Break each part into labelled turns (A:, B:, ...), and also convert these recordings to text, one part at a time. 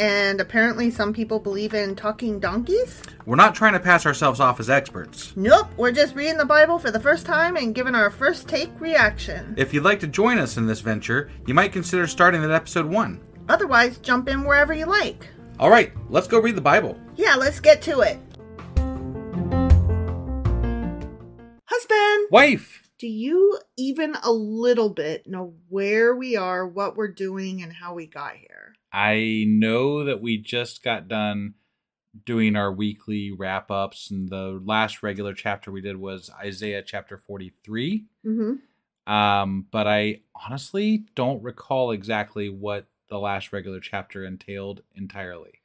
A: and apparently some people believe in talking donkeys?
B: We're not trying to pass ourselves off as experts.
A: Nope, we're just reading the Bible for the first time and giving our first take reaction.
B: If you'd like to join us in this venture, you might consider starting at episode 1.
A: Otherwise, jump in wherever you like.
B: All right, let's go read the Bible.
A: Yeah, let's get to it. Husband,
B: Wife!
A: do you even a little bit know where we are, what we're doing, and how we got here?
B: I know that we just got done doing our weekly wrap ups, and the last regular chapter we did was Isaiah chapter 43.
A: Mm-hmm.
B: Um, but I honestly don't recall exactly what the last regular chapter entailed entirely.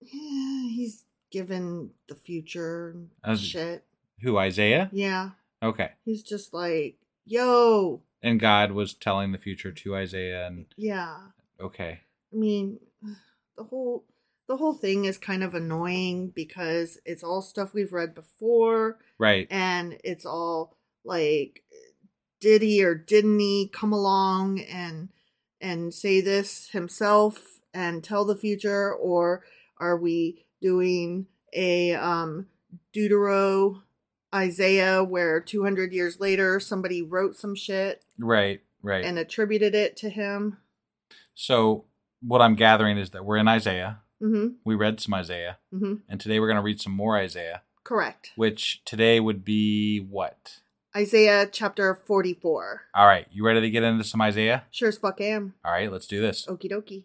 A: Yeah, he's given the future and
B: As-
A: shit.
B: Who, Isaiah?
A: Yeah,
B: Okay.
A: he's just like, yo,
B: And God was telling the future to Isaiah, and
A: yeah.
B: okay.
A: I mean, the whole the whole thing is kind of annoying because it's all stuff we've read before
B: Right.
A: and it's all like did he or didn't he come along and and say this himself and tell the future or are we doing a um deutero isaiah where 200 years later somebody wrote some shit
B: Right. Right.
A: and attributed it to him
B: so, what I'm gathering is that we're in Isaiah.
A: mm-hmm
B: We read some Isaiah,
A: mm-hmm
B: and today we're going to read some more Isaiah.
A: correct
B: which today would be what?
A: Isaiah chapter 44.
B: All right, you ready to get into some Isaiah?
A: Sure as fuck am.
B: All right, let's do this.
A: Okie dokie.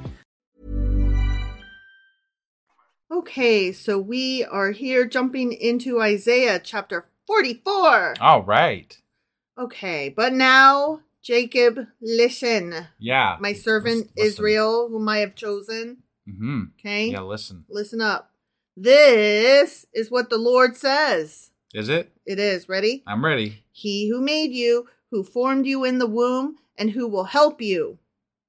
A: Okay, so we are here jumping into Isaiah chapter 44.
B: All right.
A: Okay, but now, Jacob, listen.
B: Yeah.
A: My servant
B: Listen- listen.
A: Israel, whom I have chosen.
B: Mm-hmm.
A: Okay?
B: Yeah, listen.
A: Listen up. This is what the Lord says.
B: Is it?
A: It is. Ready?
B: I'm ready.
A: He who made you, who formed you in the womb, and who will help you.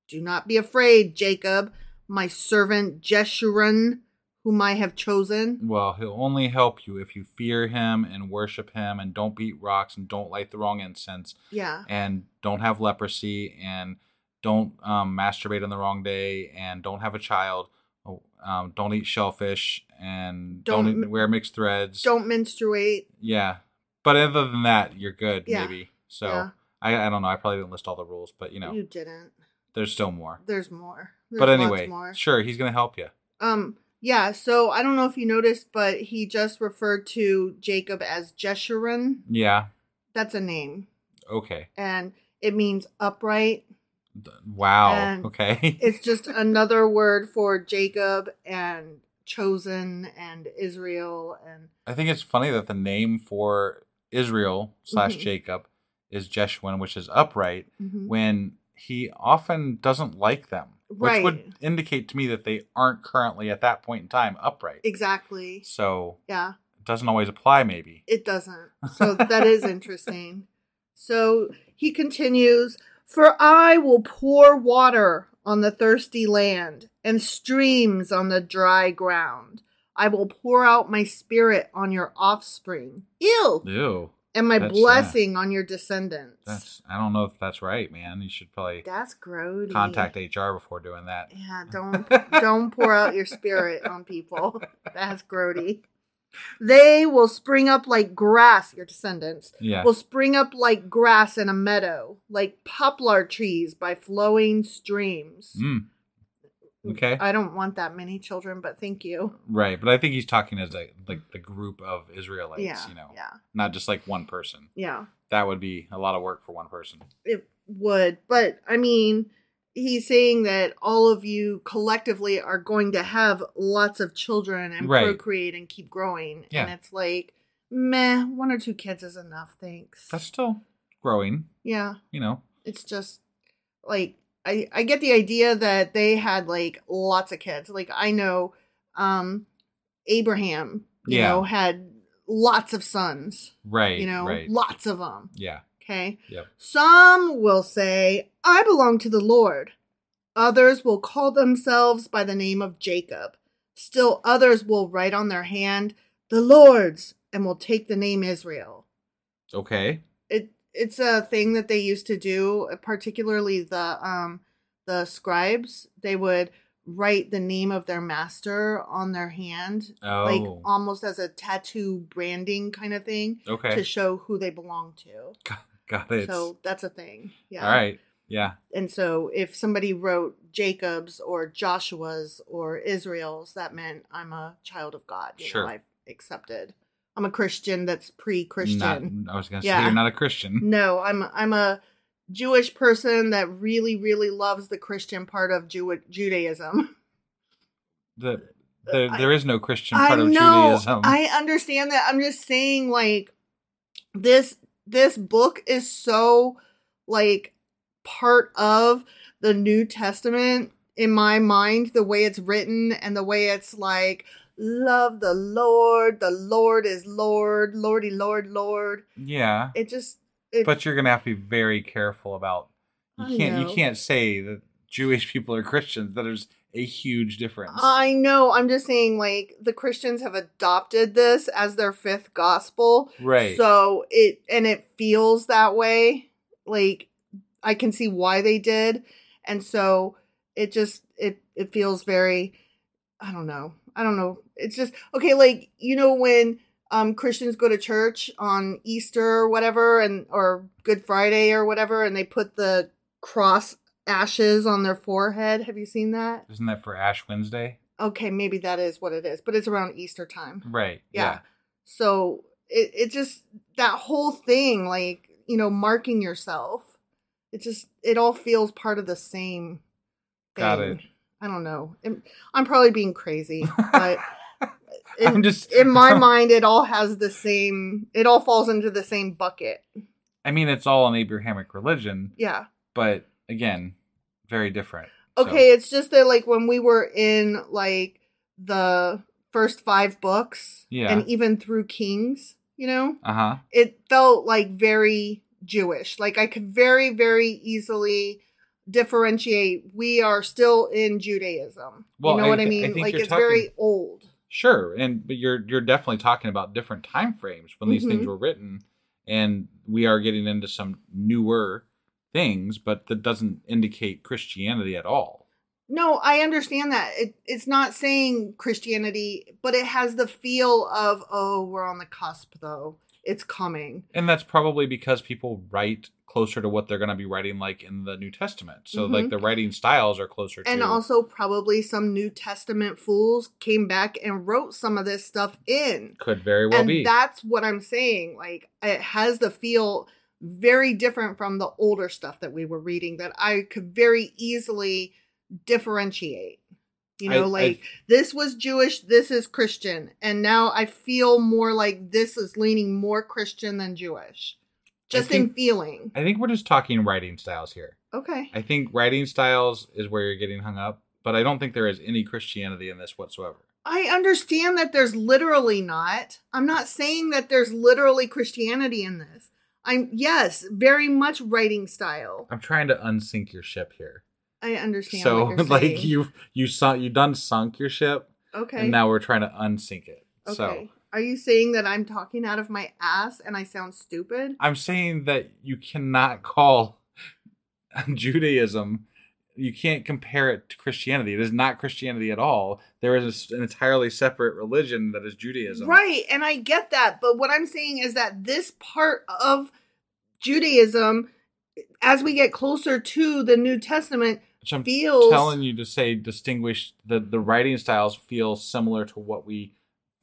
A: Do not be afraid, Jacob, my servant Jeshurun, whom I have chosen.
B: Well, he'll only help you if you fear him and worship him and don't beat rocks and don't light the wrong incense
A: Yeah.
B: and don't have leprosy and don't um, masturbate on the wrong day and don't have a child. Oh, Um, don't eat shellfish and don't,
A: Don't-
B: eat- wear mixed threads.
A: Don't menstruate.
B: Yeah. But other than that, you're good,
A: Yeah.
B: maybe. So
A: Yeah.
B: I, I don't know. I probably didn't list all the rules, but you know,
A: You didn't.
B: there's still more.
A: There's more. There's
B: but
A: lots
B: anyway,
A: more.
B: sure, he's going to help you.
A: Um, yeah, so I don't know if you noticed, but he just referred to Jacob as Jeshurun.
B: Yeah.
A: That's a name.
B: Okay.
A: And it means upright.
B: Th- Wow.
A: And
B: okay.
A: It's just another word for Jacob and chosen and Israel and
B: I think it's funny that the name for Israel slash
A: Mhm.
B: Jacob is Jeshwin, which is upright,
A: Mhm.
B: when he often doesn't like them, which would
A: Right.
B: indicate to me that they aren't currently at that point in time upright.
A: exactly.
B: So
A: Yeah,
B: it doesn't always apply, maybe.
A: it doesn't. So that is interesting. So he continues, "For I will pour water on the thirsty land and streams on the dry ground. I will pour out my spirit on your offspring. Ew,
B: Ew.
A: and my
B: That's- uh,
A: blessing on your descendants."
B: That's I don't know if that's right, man. You should probably
A: That's grody.
B: contact HR before doing that.
A: Yeah, don't don't pour out your spirit on people. That's grody. They will spring up like grass, your descendants.
B: Yeah.
A: Will spring up like grass in a meadow, like poplar trees by flowing streams.
B: Mm. Okay.
A: I don't want that many children, but thank you.
B: right, but I think he's talking as like like the group of Israelites,
A: yeah.
B: you know.
A: Yeah.
B: Not just like one person.
A: Yeah.
B: That would be a lot of work for one person.
A: It would, but I mean, he's saying that all of you collectively are going to have lots of children and
B: Right.
A: procreate and keep growing.
B: Yeah.
A: And it's like, meh, one or two kids is enough, thanks.
B: That's still growing,
A: yeah.
B: you know.
A: It's just like I I get the idea that they had like lots of kids. Like I know um Abraham, you
B: Yeah.
A: know, had lots of sons,
B: Right.
A: you know,
B: right.
A: lots of them.
B: yeah.
A: Okay.
B: Yep.
A: Some will say, I belong to the Lord. Others will call themselves by the name of Jacob. Still others will write on their hand, the Lord's, and will take the name Israel.
B: Okay.
A: It it's a thing that they used to do, uh, particularly the um the scribes. They would write the name of their master on their hand, like
B: Oh.
A: almost as a tattoo branding kind of thing,
B: Okay.
A: to show who they belong to.
B: Got it.
A: So that's a thing. Yeah.
B: All right. Yeah.
A: And so if somebody wrote Jacob's or Joshua's or Israel's, that meant I'm a child of God. You
B: Sure.
A: know, I've accepted. I'm a Christian that's pre Christian.
B: Not, I was going to say
A: Yeah.
B: you're not a Christian.
A: No, I'm I'm a Jewish person that really, really loves the Christian part of Jew- Judaism.
B: The, there, there is no Christian
A: uh, I
B: part of
A: know.
B: Judaism.
A: I understand that. I'm just saying like this this book is so like part of the New Testament in my mind, the way it's written and the way it's like love the Lord, the Lord is Lord, Lordy Lord Lord.
B: yeah.
A: It just it,
B: but you're gonna have to be very careful about you
A: I
B: can't you
A: know.
B: can't say that Jewish people are Christians. That is a huge difference.
A: I know. I'm just saying, like the Christians have adopted this as their fifth gospel,
B: Right.
A: So it and it feels that way. Like I can see why they did, and so it just it it feels very. I don't know. I don't know. It's just okay. Like you know when um Christians go to church on Easter or whatever, and or Good Friday or whatever, and they put the cross ashes on their forehead. Have you seen that?
B: Isn't that for Ash Wednesday?
A: okay, maybe that is what it is, but it's around Easter time.
B: Right.
A: Yeah. So it it just that whole thing, like you know, marking yourself. It just it all feels part of the same. Thing.
B: Got it.
A: I don't know. I'm, I'm probably being crazy, but in,
B: I'm just-
A: in my mind, it all has the same. It all falls into the same bucket.
B: I mean, it's all an Abrahamic religion,
A: Yeah.
B: but again, very different. So-
A: Okay, it's just that like when we were in like the first five books
B: Yeah.
A: and even through Kings, you know,
B: Uh huh.
A: it felt like very Jewish. Like I could very, very easily differentiate we are still in Judaism.
B: Well,
A: you know
B: I
A: what I
B: th- I
A: mean?
B: think
A: like
B: you're
A: it's very
B: talking-
A: old.
B: Sure, and but you're you're definitely talking about different time frames when these things
A: Mhm.
B: were written, and we are getting into some newer things, but that doesn't indicate Christianity at all.
A: No, I understand that. It, it's not saying Christianity, but it has the feel of, oh, we're on the cusp though. It's coming.
B: And that's probably because people write closer to what they're going to be writing, like in the New Testament. So, like
A: Mhm.
B: the writing styles are closer.
A: And
B: to,
A: also, probably some New Testament fools came back and wrote some of this stuff in.
B: could very well
A: and
B: be.
A: that's what I'm saying. Like, it has the feel very different from the older stuff that we were reading that I could very easily differentiate. You
B: I-
A: know,
B: I-
A: like this was Jewish, this is Christian. And now I feel more like this is leaning more Christian than Jewish, just in
B: think-
A: feeling.
B: I think we're just talking writing styles here.
A: okay.
B: I think writing styles is where you're getting hung up, but I don't think there is any Christianity in this whatsoever.
A: I understand that there's literally not. I'm not saying that there's literally Christianity in this. I'm yes, very much writing style.
B: I'm trying to unsink your ship here.
A: I understand.
B: so
A: what you're
B: like
A: saying.
B: you you sunk you done sunk your ship
A: okay,
B: and now we're trying to unsink it.
A: okay.
B: So
A: Are you saying that I'm talking out of my ass and I sound stupid?
B: I'm saying that you cannot call Judaism you can't compare it to Christianity. It is not Christianity at all. There is an entirely separate religion that is Judaism.
A: Right, and I get that, but what I'm saying is that this part of Judaism, as we get closer to the New Testament,
B: Which I'm
A: feels
B: telling you to say distinguish the the writing styles feel similar to what we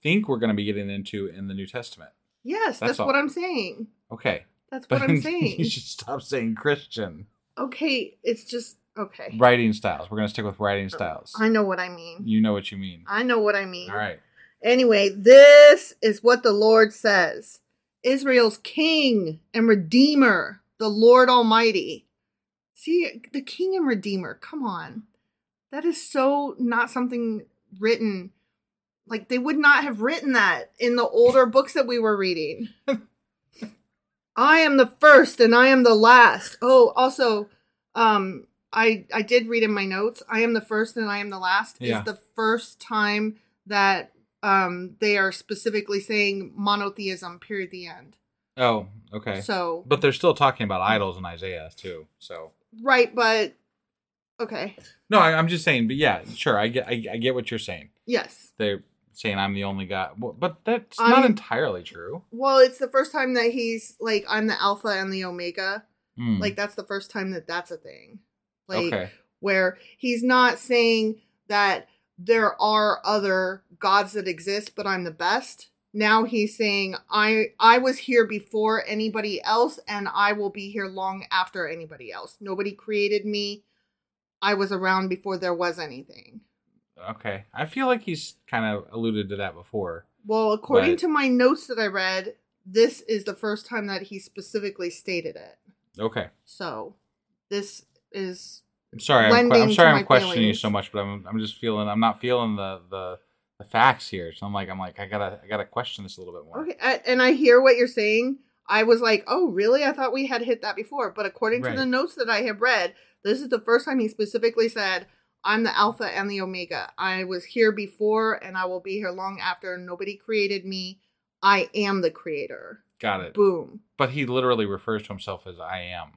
B: think we're going to be getting into in the New Testament.
A: yes,
B: That's
A: that's,
B: all.
A: what I'm saying.
B: Okay.
A: That's what I'm saying.
B: you should stop saying Christian.
A: Okay, it's just okay.
B: Writing styles. We're going to stick with writing styles.
A: I know what I mean.
B: You know what you mean.
A: I know what I mean.
B: All right.
A: Anyway, this is what the Lord says Israel's King and Redeemer, the Lord Almighty. See, the King and Redeemer, come on. That is so not something written. Like, they would not have written that in the older books that we were reading. I am the first and I am the last. Oh, also, um, I I did read in my notes. I am the first and I am the last
B: Yeah.
A: is the first time that um they are specifically saying monotheism. Period. The end.
B: Oh, okay.
A: So
B: but they're still talking about idols in Isaiah too. So
A: right, but okay.
B: no, I, I'm just saying. But yeah, sure. I get. I, I get what you're saying.
A: Yes.
B: They're saying I'm the only God, Well, but that's not
A: I'm-
B: entirely true.
A: Well, it's the first time that he's like, I'm the alpha and the omega.
B: Hmm.
A: Like that's the first time that that's a thing. Like
B: okay.
A: where he's not saying that there are other gods that exist but i'm the best now he's saying i i was here before anybody else and i will be here long after anybody else nobody created me i was around before there was anything
B: Okay. I feel like he's kind of alluded to that before.
A: well according
B: Right.
A: to my notes that i read this is the first time that he specifically stated it
B: Okay.
A: so this is
B: I'm sorry. I'm, que-
A: Lending
B: I'm
A: to
B: sorry.
A: my
B: I'm questioning you
A: feelings.
B: so much, but I'm I'm just feeling I'm not feeling the the the facts here. So I'm like I'm like I gotta I gotta question this a little bit more.
A: Okay, I, and I hear what you're saying. I was like, oh, really? I thought we had hit that before. But according
B: Right.
A: to the notes that I have read, this is the first time he specifically said, I'm the Alpha and the Omega. I was here before and I will be here long after. Nobody created me. I am the creator.
B: Got it.
A: Boom.
B: But he literally refers to himself as I am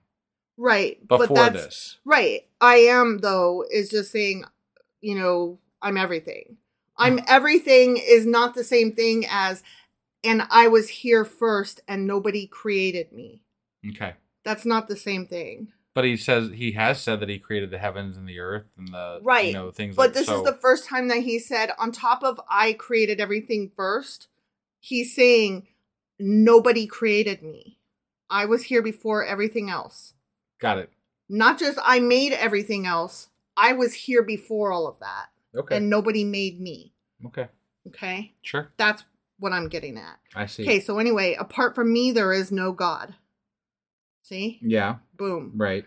A: Right. but
B: before
A: that's,
B: this.
A: Right. I am, though, is just saying, you know, I'm everything. I'm
B: Mm.
A: everything is not the same thing as, and I was here first and nobody created me.
B: Okay.
A: That's not the same thing.
B: But he says he has said that he created the heavens and the earth and the
A: Right.
B: Uh, you know things
A: but
B: like
A: this
B: so-
A: is the first time that he said, on top of I created everything first, he's saying, nobody created me. I was here before everything else.
B: Got it.
A: Not just I made everything else, I was here before all of that.
B: Okay.
A: And nobody made me.
B: okay.
A: Okay.
B: Sure.
A: That's what I'm getting at.
B: I see.
A: Okay. So, anyway, apart from me, there is no God. See?
B: Yeah.
A: Boom.
B: Right.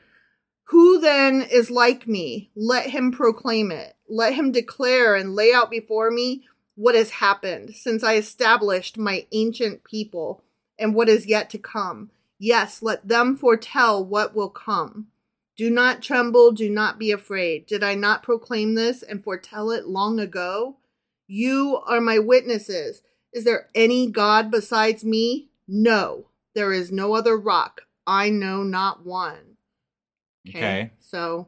A: Who then is like me? Let him proclaim it. Let him declare and lay out before me what has happened since I established my ancient people and what is yet to come. Yes, let them foretell what will come. Do not tremble, do not be afraid. Did I not proclaim this and foretell it long ago? You are my witnesses. Is there any God besides me? No, there is no other rock. I know not one.
B: Okay.
A: So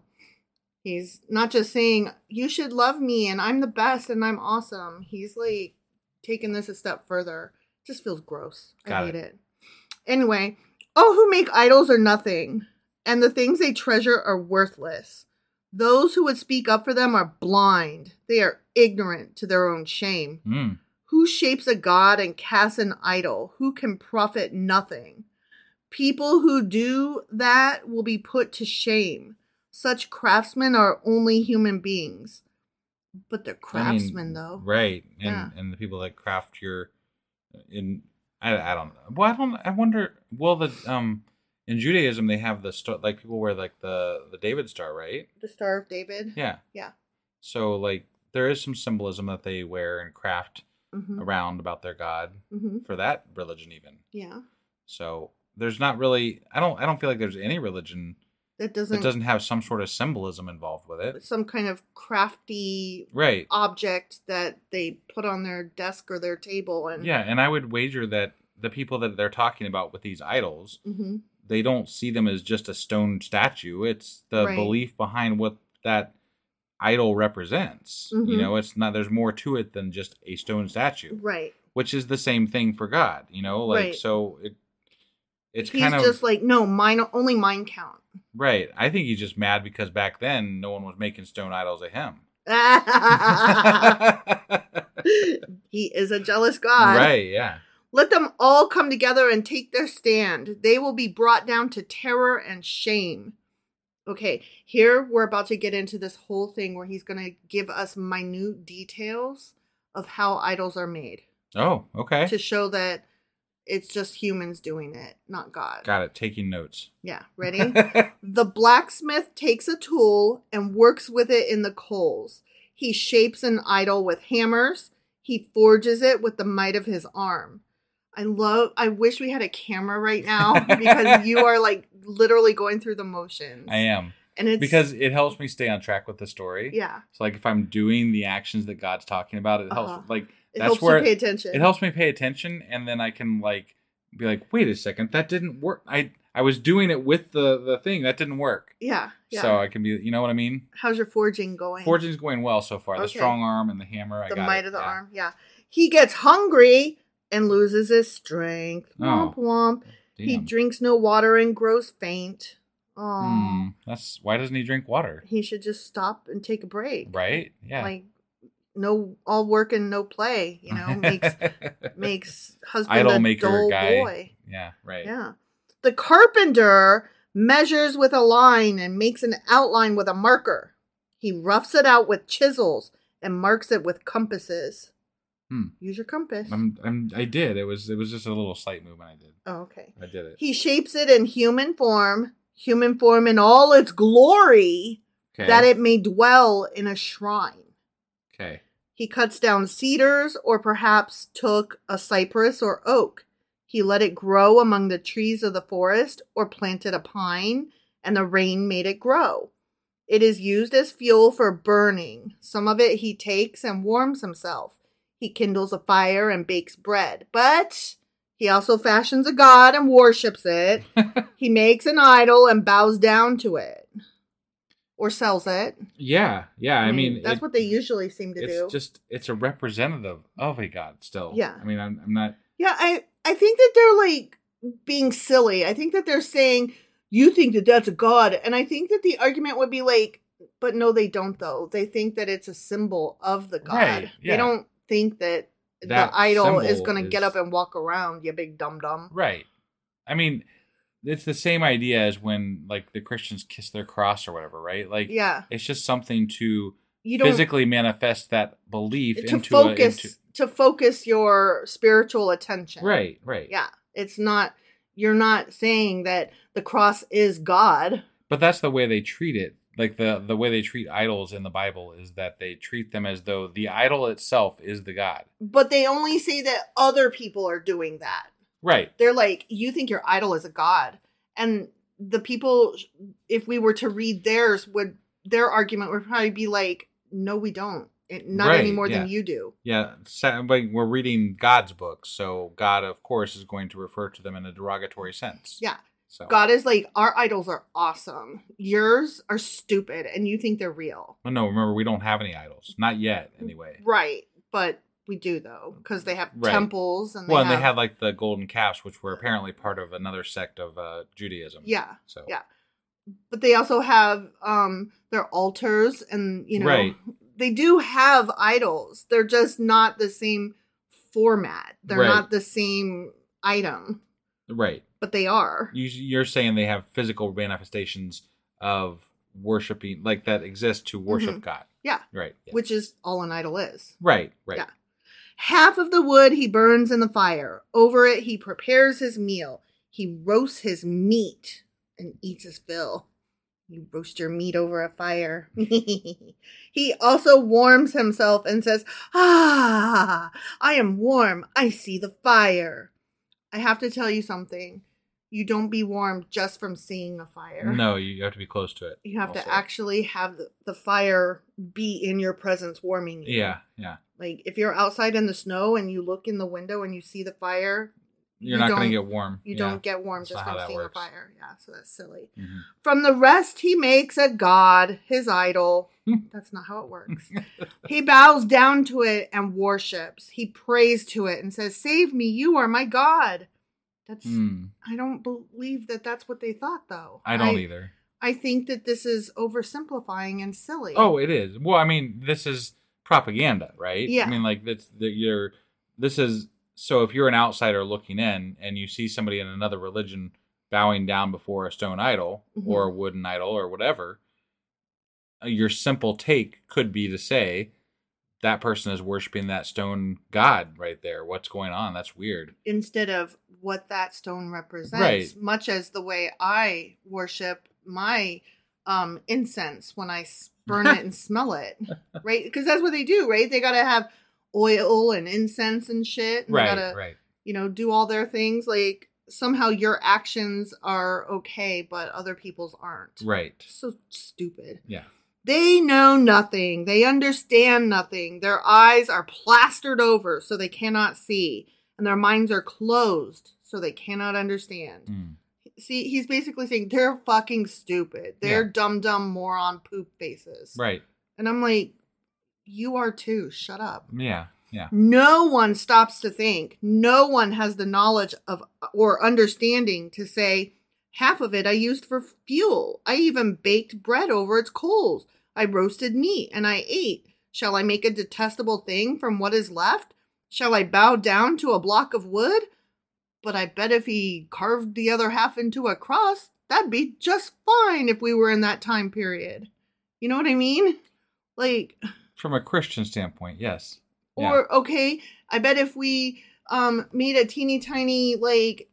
A: he's not just saying, you should love me and I'm the best and I'm awesome. He's like taking this a step further. Just feels gross. I
B: Got
A: hate
B: it.
A: it. Anyway, oh, who make idols are nothing, and the things they treasure are worthless. Those who would speak up for them are blind. They are ignorant to their own shame.
B: Mm.
A: Who shapes a god and casts an idol? Who can profit nothing? People who do that will be put to shame. Such craftsmen are only human beings. But they're
B: I mean,
A: craftsmen, though.
B: Right. And
A: Yeah.
B: and the people that craft your in I, I don't know. Well, I don't I wonder well the um in Judaism they have the star like people wear like the the David star, right?
A: The Star of David.
B: Yeah.
A: Yeah.
B: So like there is some symbolism that they wear and craft
A: hmm
B: around about their god
A: hmm
B: for that religion even.
A: Yeah.
B: So there's not really I don't I don't feel like there's any religion
A: That doesn't,
B: that doesn't have some sort of symbolism involved with it.
A: some kind of crafty
B: Right.
A: object that they put on their desk or their table. And
B: Yeah, and I would wager that the people that they're talking about with these idols,
A: Mhm.
B: they don't see them as just a stone statue. It's the
A: Right.
B: belief behind what that idol represents.
A: Mhm.
B: You know, it's not there's more to it than just a stone statue,
A: Right.
B: which is the same thing for God, you know? Like
A: Right.
B: so it it's
A: He's
B: kind of
A: just like, no, mine, only mine count.
B: right. I think he's just mad because back then no one was making stone idols of him.
A: he is a jealous God.
B: right, yeah.
A: Let them all come together and take their stand. They will be brought down to terror and shame. Okay, here we're about to get into this whole thing where he's going to give us minute details of how idols are made
B: Oh, okay.
A: to show that it's just humans doing it, not God.
B: Got it. Taking notes.
A: Yeah, ready? The blacksmith takes a tool and works with it in the coals. He shapes an idol with hammers. He forges it with the might of his arm. I love I wish we had a camera right now because you are like literally going through the motions.
B: I am.
A: And it's
B: because it helps me stay on track with the story.
A: yeah,
B: So like if I'm doing the actions that God's talking about, it helps
A: Uh-huh.
B: like
A: it
B: that's
A: helps
B: where
A: you pay attention.
B: it helps me pay attention and then I can like be like, wait a second, that didn't work. I I was doing it with the the thing. That didn't work.
A: Yeah. Yeah.
B: So I can be you know what I mean?
A: How's your forging going?
B: Fortune's going well so far. The
A: Okay.
B: strong arm and the hammer. I
A: the
B: got
A: might
B: it.
A: of the
B: Yeah.
A: arm. Yeah. He gets hungry and loses his strength. Womp
B: Oh.
A: womp. He
B: Damn.
A: drinks no water and grows faint. Oh,
B: Hmm, that's why doesn't he drink water?
A: he should just stop and take a break.
B: Right? Yeah.
A: Like no all work and no play, you know, makes makes husband
B: idol
A: a
B: maker
A: dull
B: guy.
A: boy.
B: Yeah, right.
A: Yeah. The carpenter measures with a line and makes an outline with a marker. He roughs it out with chisels and marks it with compasses.
B: Hmm.
A: Use your compass.
B: I'm, I'm I did. It was it was just a little slight movement I did.
A: oh, okay.
B: I did it.
A: He shapes it in human form, human form in all its glory,
B: okay.
A: that it may dwell in a shrine.
B: Okay.
A: He cuts down cedars or perhaps took a cypress or oak. He let it grow among the trees of the forest or planted a pine, and the rain made it grow. It is used as fuel for burning. Some of it he takes and warms himself. He kindles a fire and bakes bread, but he also fashions a god and worships it. he makes an idol and bows down to it or sells it.
B: Yeah, yeah. I mean,
A: that's
B: it-
A: what they usually seem to
B: it's
A: do.
B: just it's a representative of a god still.
A: Yeah.
B: I mean, I'm, I'm not.
A: Yeah, I I think that they're like being silly. I think that they're saying you think that that's a god, and I think that the argument would be like, but no, they don't though. They think that it's a symbol of the god.
B: Right,
A: They
B: yeah.
A: don't think that,
B: That
A: the idol is
B: symbol
A: going to get
B: is-
A: up and walk around. You big dum dum.
B: Right. I mean, it's the same idea as when like the Christians kiss their cross or whatever, right? Like,
A: Yeah.
B: it's just something to
A: You don't
B: physically manifest that belief
A: to
B: into
A: focus
B: a into,
A: to focus your spiritual attention.
B: right, right,
A: Yeah, it's not. you're not saying that the cross is God.
B: But that's the way they treat it. Like the the way they treat idols in the Bible is that they treat them as though the idol itself is the god.
A: But they only say that other people are doing that.
B: Right.
A: They're like, you think your idol is a god. And the people, if we were to read theirs, would their argument would probably be like, no, we don't. It, not
B: Right,
A: any more
B: yeah.
A: than you do.
B: Yeah, sa- but we're reading God's book, so God, of course, is going to refer to them in a derogatory sense.
A: Yeah.
B: So
A: God is like, our idols are awesome. Yours are stupid and you think they're real.
B: Well, no, remember we don't have any idols, not yet, anyway.
A: Right. But we do though, because they have
B: Right.
A: temples and they
B: well,
A: have,
B: and they had like the golden calves, which were apparently part of another sect of uh, Judaism.
A: Yeah.
B: So
A: Yeah. but they also have um their altars and you know
B: Right.
A: they do have idols. They're just not the same format. They're
B: Right.
A: not the same item,
B: right.
A: but they are.
B: You, you're saying they have physical manifestations of worshiping, like that exist to worship
A: Mhm.
B: God.
A: Yeah.
B: Right. yeah.
A: Which is all an idol is.
B: Right. Right.
A: Yeah. Half of the wood he burns in the fire. Over it he prepares his meal. He roasts his meat and eats his fill. You roast your meat over a fire. he also warms himself and says, Ah, I am warm. I see the fire. I have to tell you something. You don't be warm just from seeing a fire.
B: No, you have to be close to it.
A: You have to
B: also.
A: actually have the, the fire be in your presence, warming you.
B: Yeah. Yeah.
A: Like if you're outside in the snow and you look in the window and you see the fire,
B: You're
A: You
B: not going
A: don't-
B: to get warm.
A: you
B: Yeah.
A: don't get warm
B: That's not
A: just
B: how
A: from
B: that
A: seeing
B: works.
A: a fire. Yeah, so that's silly.
B: Mhm.
A: From the rest he makes a god, his idol. that's not how it works. he bows down to it and worships. He prays to it and says, "Save me, you are my god." That's
B: Hmm.
A: I don't believe that that's what they thought though.
B: I don't either.
A: I think that this is oversimplifying and silly.
B: Oh, it is. Well, I mean, this is propaganda, right?
A: Yeah.
B: I mean, like that's that you're. This is so if you're an outsider looking in and you see somebody in another religion bowing down before a stone idol
A: Mm-hmm.
B: or a wooden idol or whatever, uh, your simple take could be to say that person is worshiping that stone god right there. What's going on? That's weird.
A: instead of what that stone represents
B: Right.
A: much as the way i worship my um incense when i s- burn it and smell it right because that's what they do right they gotta have oil and incense and shit and
B: Right.
A: they gotta
B: right.
A: you know do all their things like somehow your actions are okay but other people's aren't
B: Right.
A: so stupid
B: Yeah.
A: they know nothing. They understand nothing. Their eyes are plastered over so they cannot see, and their minds are closed so they cannot understand.
B: Mm.
A: See, he's basically saying they're fucking stupid. They're
B: Yeah.
A: dumb, dumb moron poop faces.
B: Right.
A: And I'm like, you are too. Shut up.
B: Yeah. Yeah.
A: No one stops to think. No one has the knowledge of or understanding to say, half of it I used for fuel. I even baked bread over its coals. I roasted meat and I ate. Shall I make a detestable thing from what is left? Shall I bow down to a block of wood? But I bet if he carved the other half into a cross, that'd be just fine if we were in that time period. You know what I mean? Like,
B: From a Christian standpoint, yes. Yeah.
A: or okay, I bet if we um made a teeny tiny like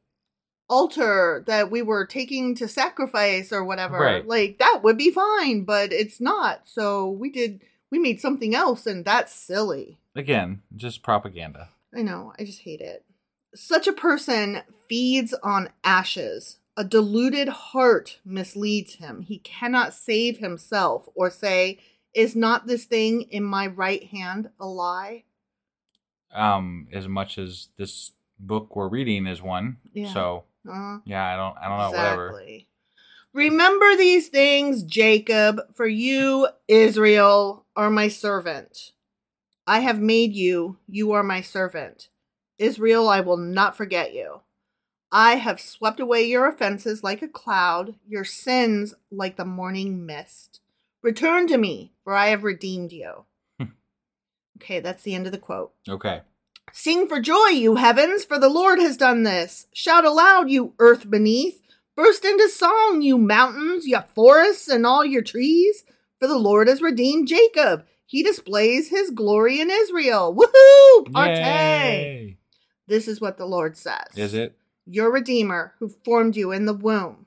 A: altar that we were taking to sacrifice or whatever,
B: Right.
A: like that would be fine, but it's not. So we did we made something else and that's silly.
B: again, just propaganda.
A: I know, I just hate it. Such a person feeds on ashes. A deluded heart misleads him. He cannot save himself or say, Is not this thing in my right hand a lie?
B: um as much as this book we're reading is one
A: Yeah.
B: so
A: Uh,
B: yeah i don't i don't know whatever
A: Remember these things, Jacob, for you, Israel, are my servant. I have made you, you are my servant. Israel, I will not forget you. I have swept away your offenses like a cloud, your sins like the morning mist. Return to me, for I have redeemed you.
B: Hmm.
A: okay, that's the end of the quote.
B: okay
A: Sing for joy, you heavens, for the Lord has done this. Shout aloud, you earth beneath. Burst into song, you mountains, you forests, and all your trees. For the Lord has redeemed Jacob. He displays his glory in Israel. Woohoo! Partay!
B: Yay!
A: This is what the Lord says.
B: is it
A: your Redeemer, who formed you in the womb.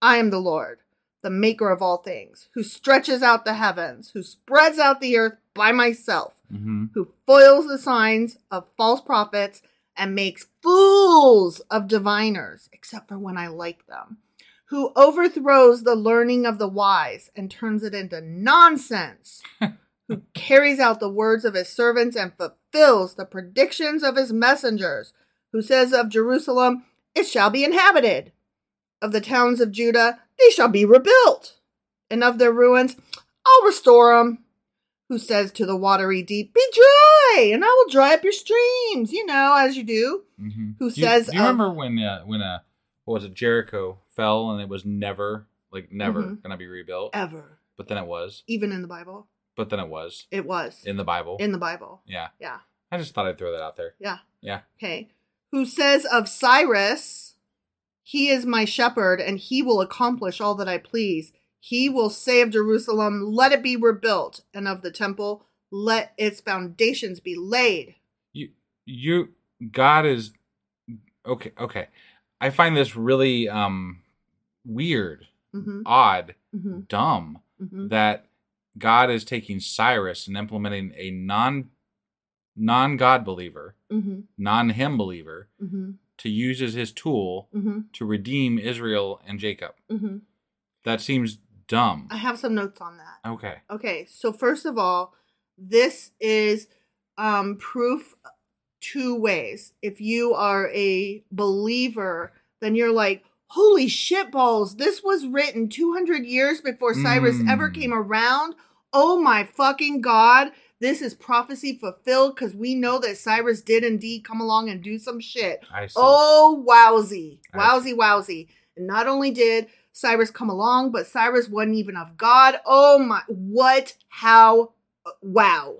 A: I am the Lord, the maker of all things, who stretches out the heavens, who spreads out the earth by myself,
B: Mm-hmm.
A: who foils the signs of false prophets and makes fools of diviners, except for when I like them, who overthrows the learning of the wise and turns it into nonsense, who carries out the words of his servants and fulfills the predictions of his messengers, who says of Jerusalem, It shall be inhabited, of the towns of Judah, they shall be rebuilt, and of their ruins, I'll restore them who says to the watery deep, Be dry, and I will dry up your streams, you know, as you do.
B: Mm-hmm.
A: Who
B: do,
A: says,
B: Do you
A: um,
B: remember when uh, when uh, what was it? Jericho fell and it was never like never
A: Mhm.
B: gonna be rebuilt,
A: Ever.
B: but then it was.
A: Even in the Bible.
B: But then it was
A: It was.
B: in the Bible.
A: In the Bible.
B: yeah,
A: Yeah.
B: I just thought I'd throw that out there.
A: Yeah.
B: Yeah.
A: Okay. Who says of Cyrus, He is my shepherd, and he will accomplish all that I please. He will say of Jerusalem, Let it be rebuilt, and of the temple, Let its foundations be laid.
B: you you god is okay okay i find this really um weird
A: Mm-hmm.
B: odd
A: Mm-hmm.
B: dumb
A: Mm-hmm.
B: that god is taking cyrus and implementing a non non god believer
A: Mm-hmm.
B: non him believer
A: Mm-hmm.
B: to use as his tool
A: Mm-hmm.
B: to redeem israel and jacob
A: Mm-hmm.
B: that seems dumb
A: I have some notes on that.
B: okay
A: Okay, so first of all, this is um, proof two ways. If you are a believer, then you're like, holy shit balls, this was written 200 years before Cyrus
B: Mm.
A: ever came around. Oh my fucking God, this is prophecy fulfilled because we know that Cyrus did indeed come along and do some shit.
B: i see
A: Oh, wowsy.
B: I
A: Wowsy,
B: see.
A: wowsy. And not only did Cyrus come along, but Cyrus wasn't even of God. Oh my, what? How? uh, Wow.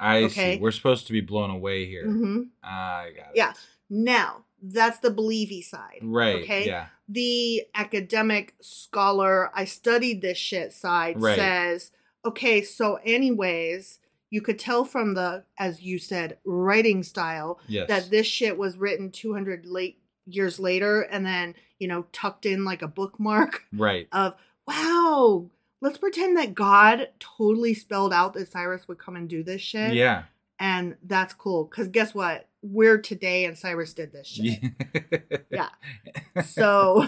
B: i
A: okay.
B: see we're supposed to be blown away here
A: hmm
B: i got it
A: Yeah. Now, that's the believy side.
B: right
A: Okay.
B: yeah
A: The academic scholar, I studied this shit side
B: Right.
A: says, okay, so, anyways, you could tell from the, as you said, writing style
B: yes
A: that this shit was written 200 late years later and then you know tucked in like a bookmark
B: right
A: of wow let's pretend that god totally spelled out that cyrus would come and do this shit
B: yeah
A: and that's cool because guess what we're today and cyrus did this shit
B: Yeah.
A: so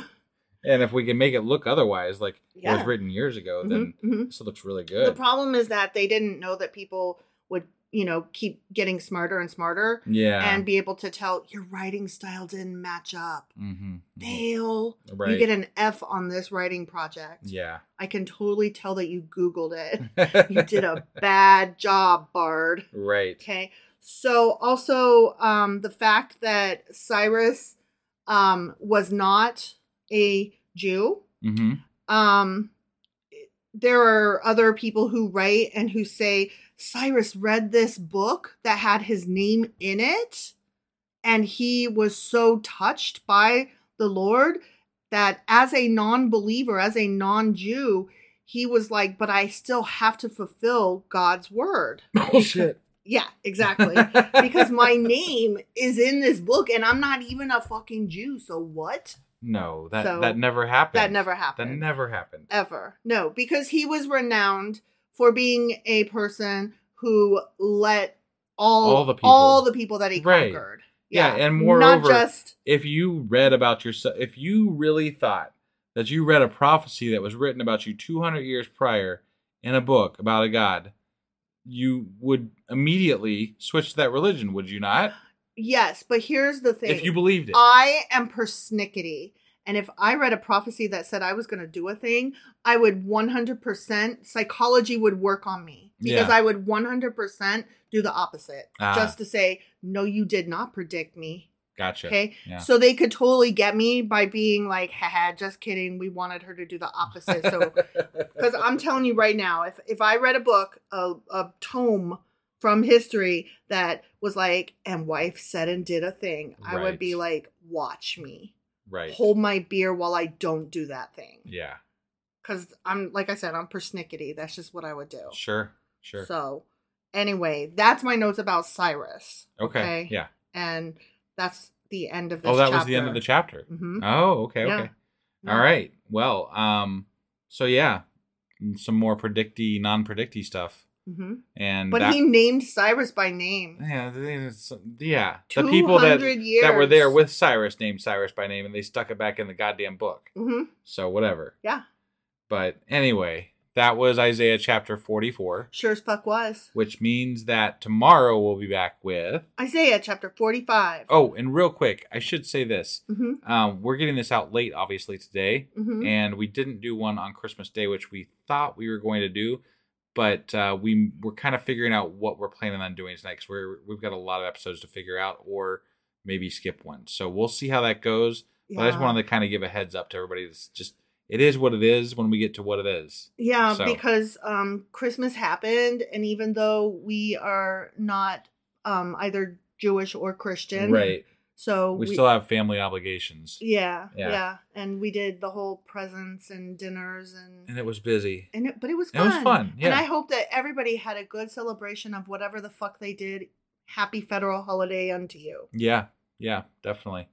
B: and if we can make it look otherwise, like it
A: Yeah.
B: was written years ago,
A: mhm,
B: then
A: mhm.
B: this looks really
A: the
B: good.
A: problem is that they didn't know that people would you know keep getting smarter and smarter
B: yeah.
A: and be able to tell your writing style didn't match up
B: mm-hmm.
A: fail. You
B: Right.
A: get an F on this writing project.
B: Yeah.
A: I can totally tell that you Googled it. You did a bad job, Bard.
B: right.
A: Okay. So also um, the fact that Cyrus um, was not a Jew.
B: Mm-hmm.
A: Um, there are other people who write and who say Cyrus read this book that had his name in it, and he was so touched by the Lord that as a non believer, as a non Jew, he was like, But I still have to fulfill God's word.
B: Bullshit.
A: Yeah, exactly. because my name is in this book and I'm not even a fucking Jew. So what?
B: No, that
A: So,
B: that never happened.
A: that never happened.
B: That never happened.
A: ever. No, because he was renowned for being a person who let all
B: All the people.
A: all the people that he
B: Right.
A: conquered.
B: Yeah, and
A: not
B: moreover-
A: just
B: If you read about yourself, if you really thought that you read a prophecy that was written about you 200 years prior in a book about a god, you would immediately switch to that religion, would you not?
A: yes, but here's the thing:
B: If you believed it.
A: I am persnickety, and if I read a prophecy that said I was going to do a thing, I would 100 percent psychology would work on me because
B: Yeah.
A: I would 100 percent do the opposite,
B: Ah.
A: just to say no, you did not predict me.
B: gotcha.
A: Okay.
B: Yeah.
A: So they could totally get me by being like, haha, just kidding. We wanted her to do the opposite. So, because I'm telling you right now, if, if I read a book, a, a tome from history that was like, and wife said and did a thing, I would
B: Right.
A: be like, watch me.
B: right.
A: Hold my beer while I don't do that thing.
B: yeah.
A: Because I'm, like I said, I'm persnickety. That's just what I would do.
B: Sure. Sure.
A: So, anyway, that's my notes about Cyrus.
B: okay. Yeah.
A: And that's the end of this
B: Oh, that
A: chapter.
B: was the end of the chapter.
A: Mhm.
B: Oh, okay,
A: Yeah.
B: okay. All right. Well, um, so yeah, some more predicty, non-predicty stuff,
A: hmm
B: and
A: But
B: that-
A: he named Cyrus by name.
B: yeah, they- it's- yeah, the people that
A: 200
B: that were
A: years.
B: there with Cyrus named Cyrus by name, and they stuck it back in the goddamn book.
A: hmm
B: So whatever.
A: Yeah,
B: But anyway, that was Isaiah chapter forty-four,
A: sure as fuck was.
B: which means that tomorrow we'll be back with.
A: Isaiah chapter 45.
B: Oh, and real quick, I should say this.
A: hmm
B: Um, we're getting this out late, obviously, today.
A: Mhm.
B: And we didn't do one on Christmas Day, which we thought we were going to do. But uh, we, we're kind of figuring out what we're planning on doing tonight because we're, we've got a lot of episodes to figure out or maybe skip one. So we'll see how that goes. But I just
A: Yeah.
B: wanted to kind of give a heads up to everybody. It's just, it is what it is when we get to what it is.
A: Yeah,
B: So-
A: because um, Christmas happened, and even though we are not um, either Jewish or Christian,
B: Right.
A: So
B: We, still have family obligations.
A: yeah,
B: Yeah.
A: yeah, and we did the whole presents and dinners and
B: And it was busy.
A: and it, but it was
B: It
A: fun.
B: was fun,
A: and
B: yeah.
A: I hope that everybody had a good celebration of whatever the fuck they did. Happy federal holiday unto you.
B: Yeah, yeah, definitely.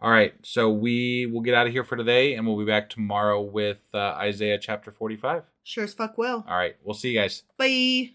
B: All right, so we will get out of here for today, and we'll be back tomorrow with uh, Isaiah chapter 45.
A: Sure as fuck will.
B: All right, we'll see you guys.
A: Bye.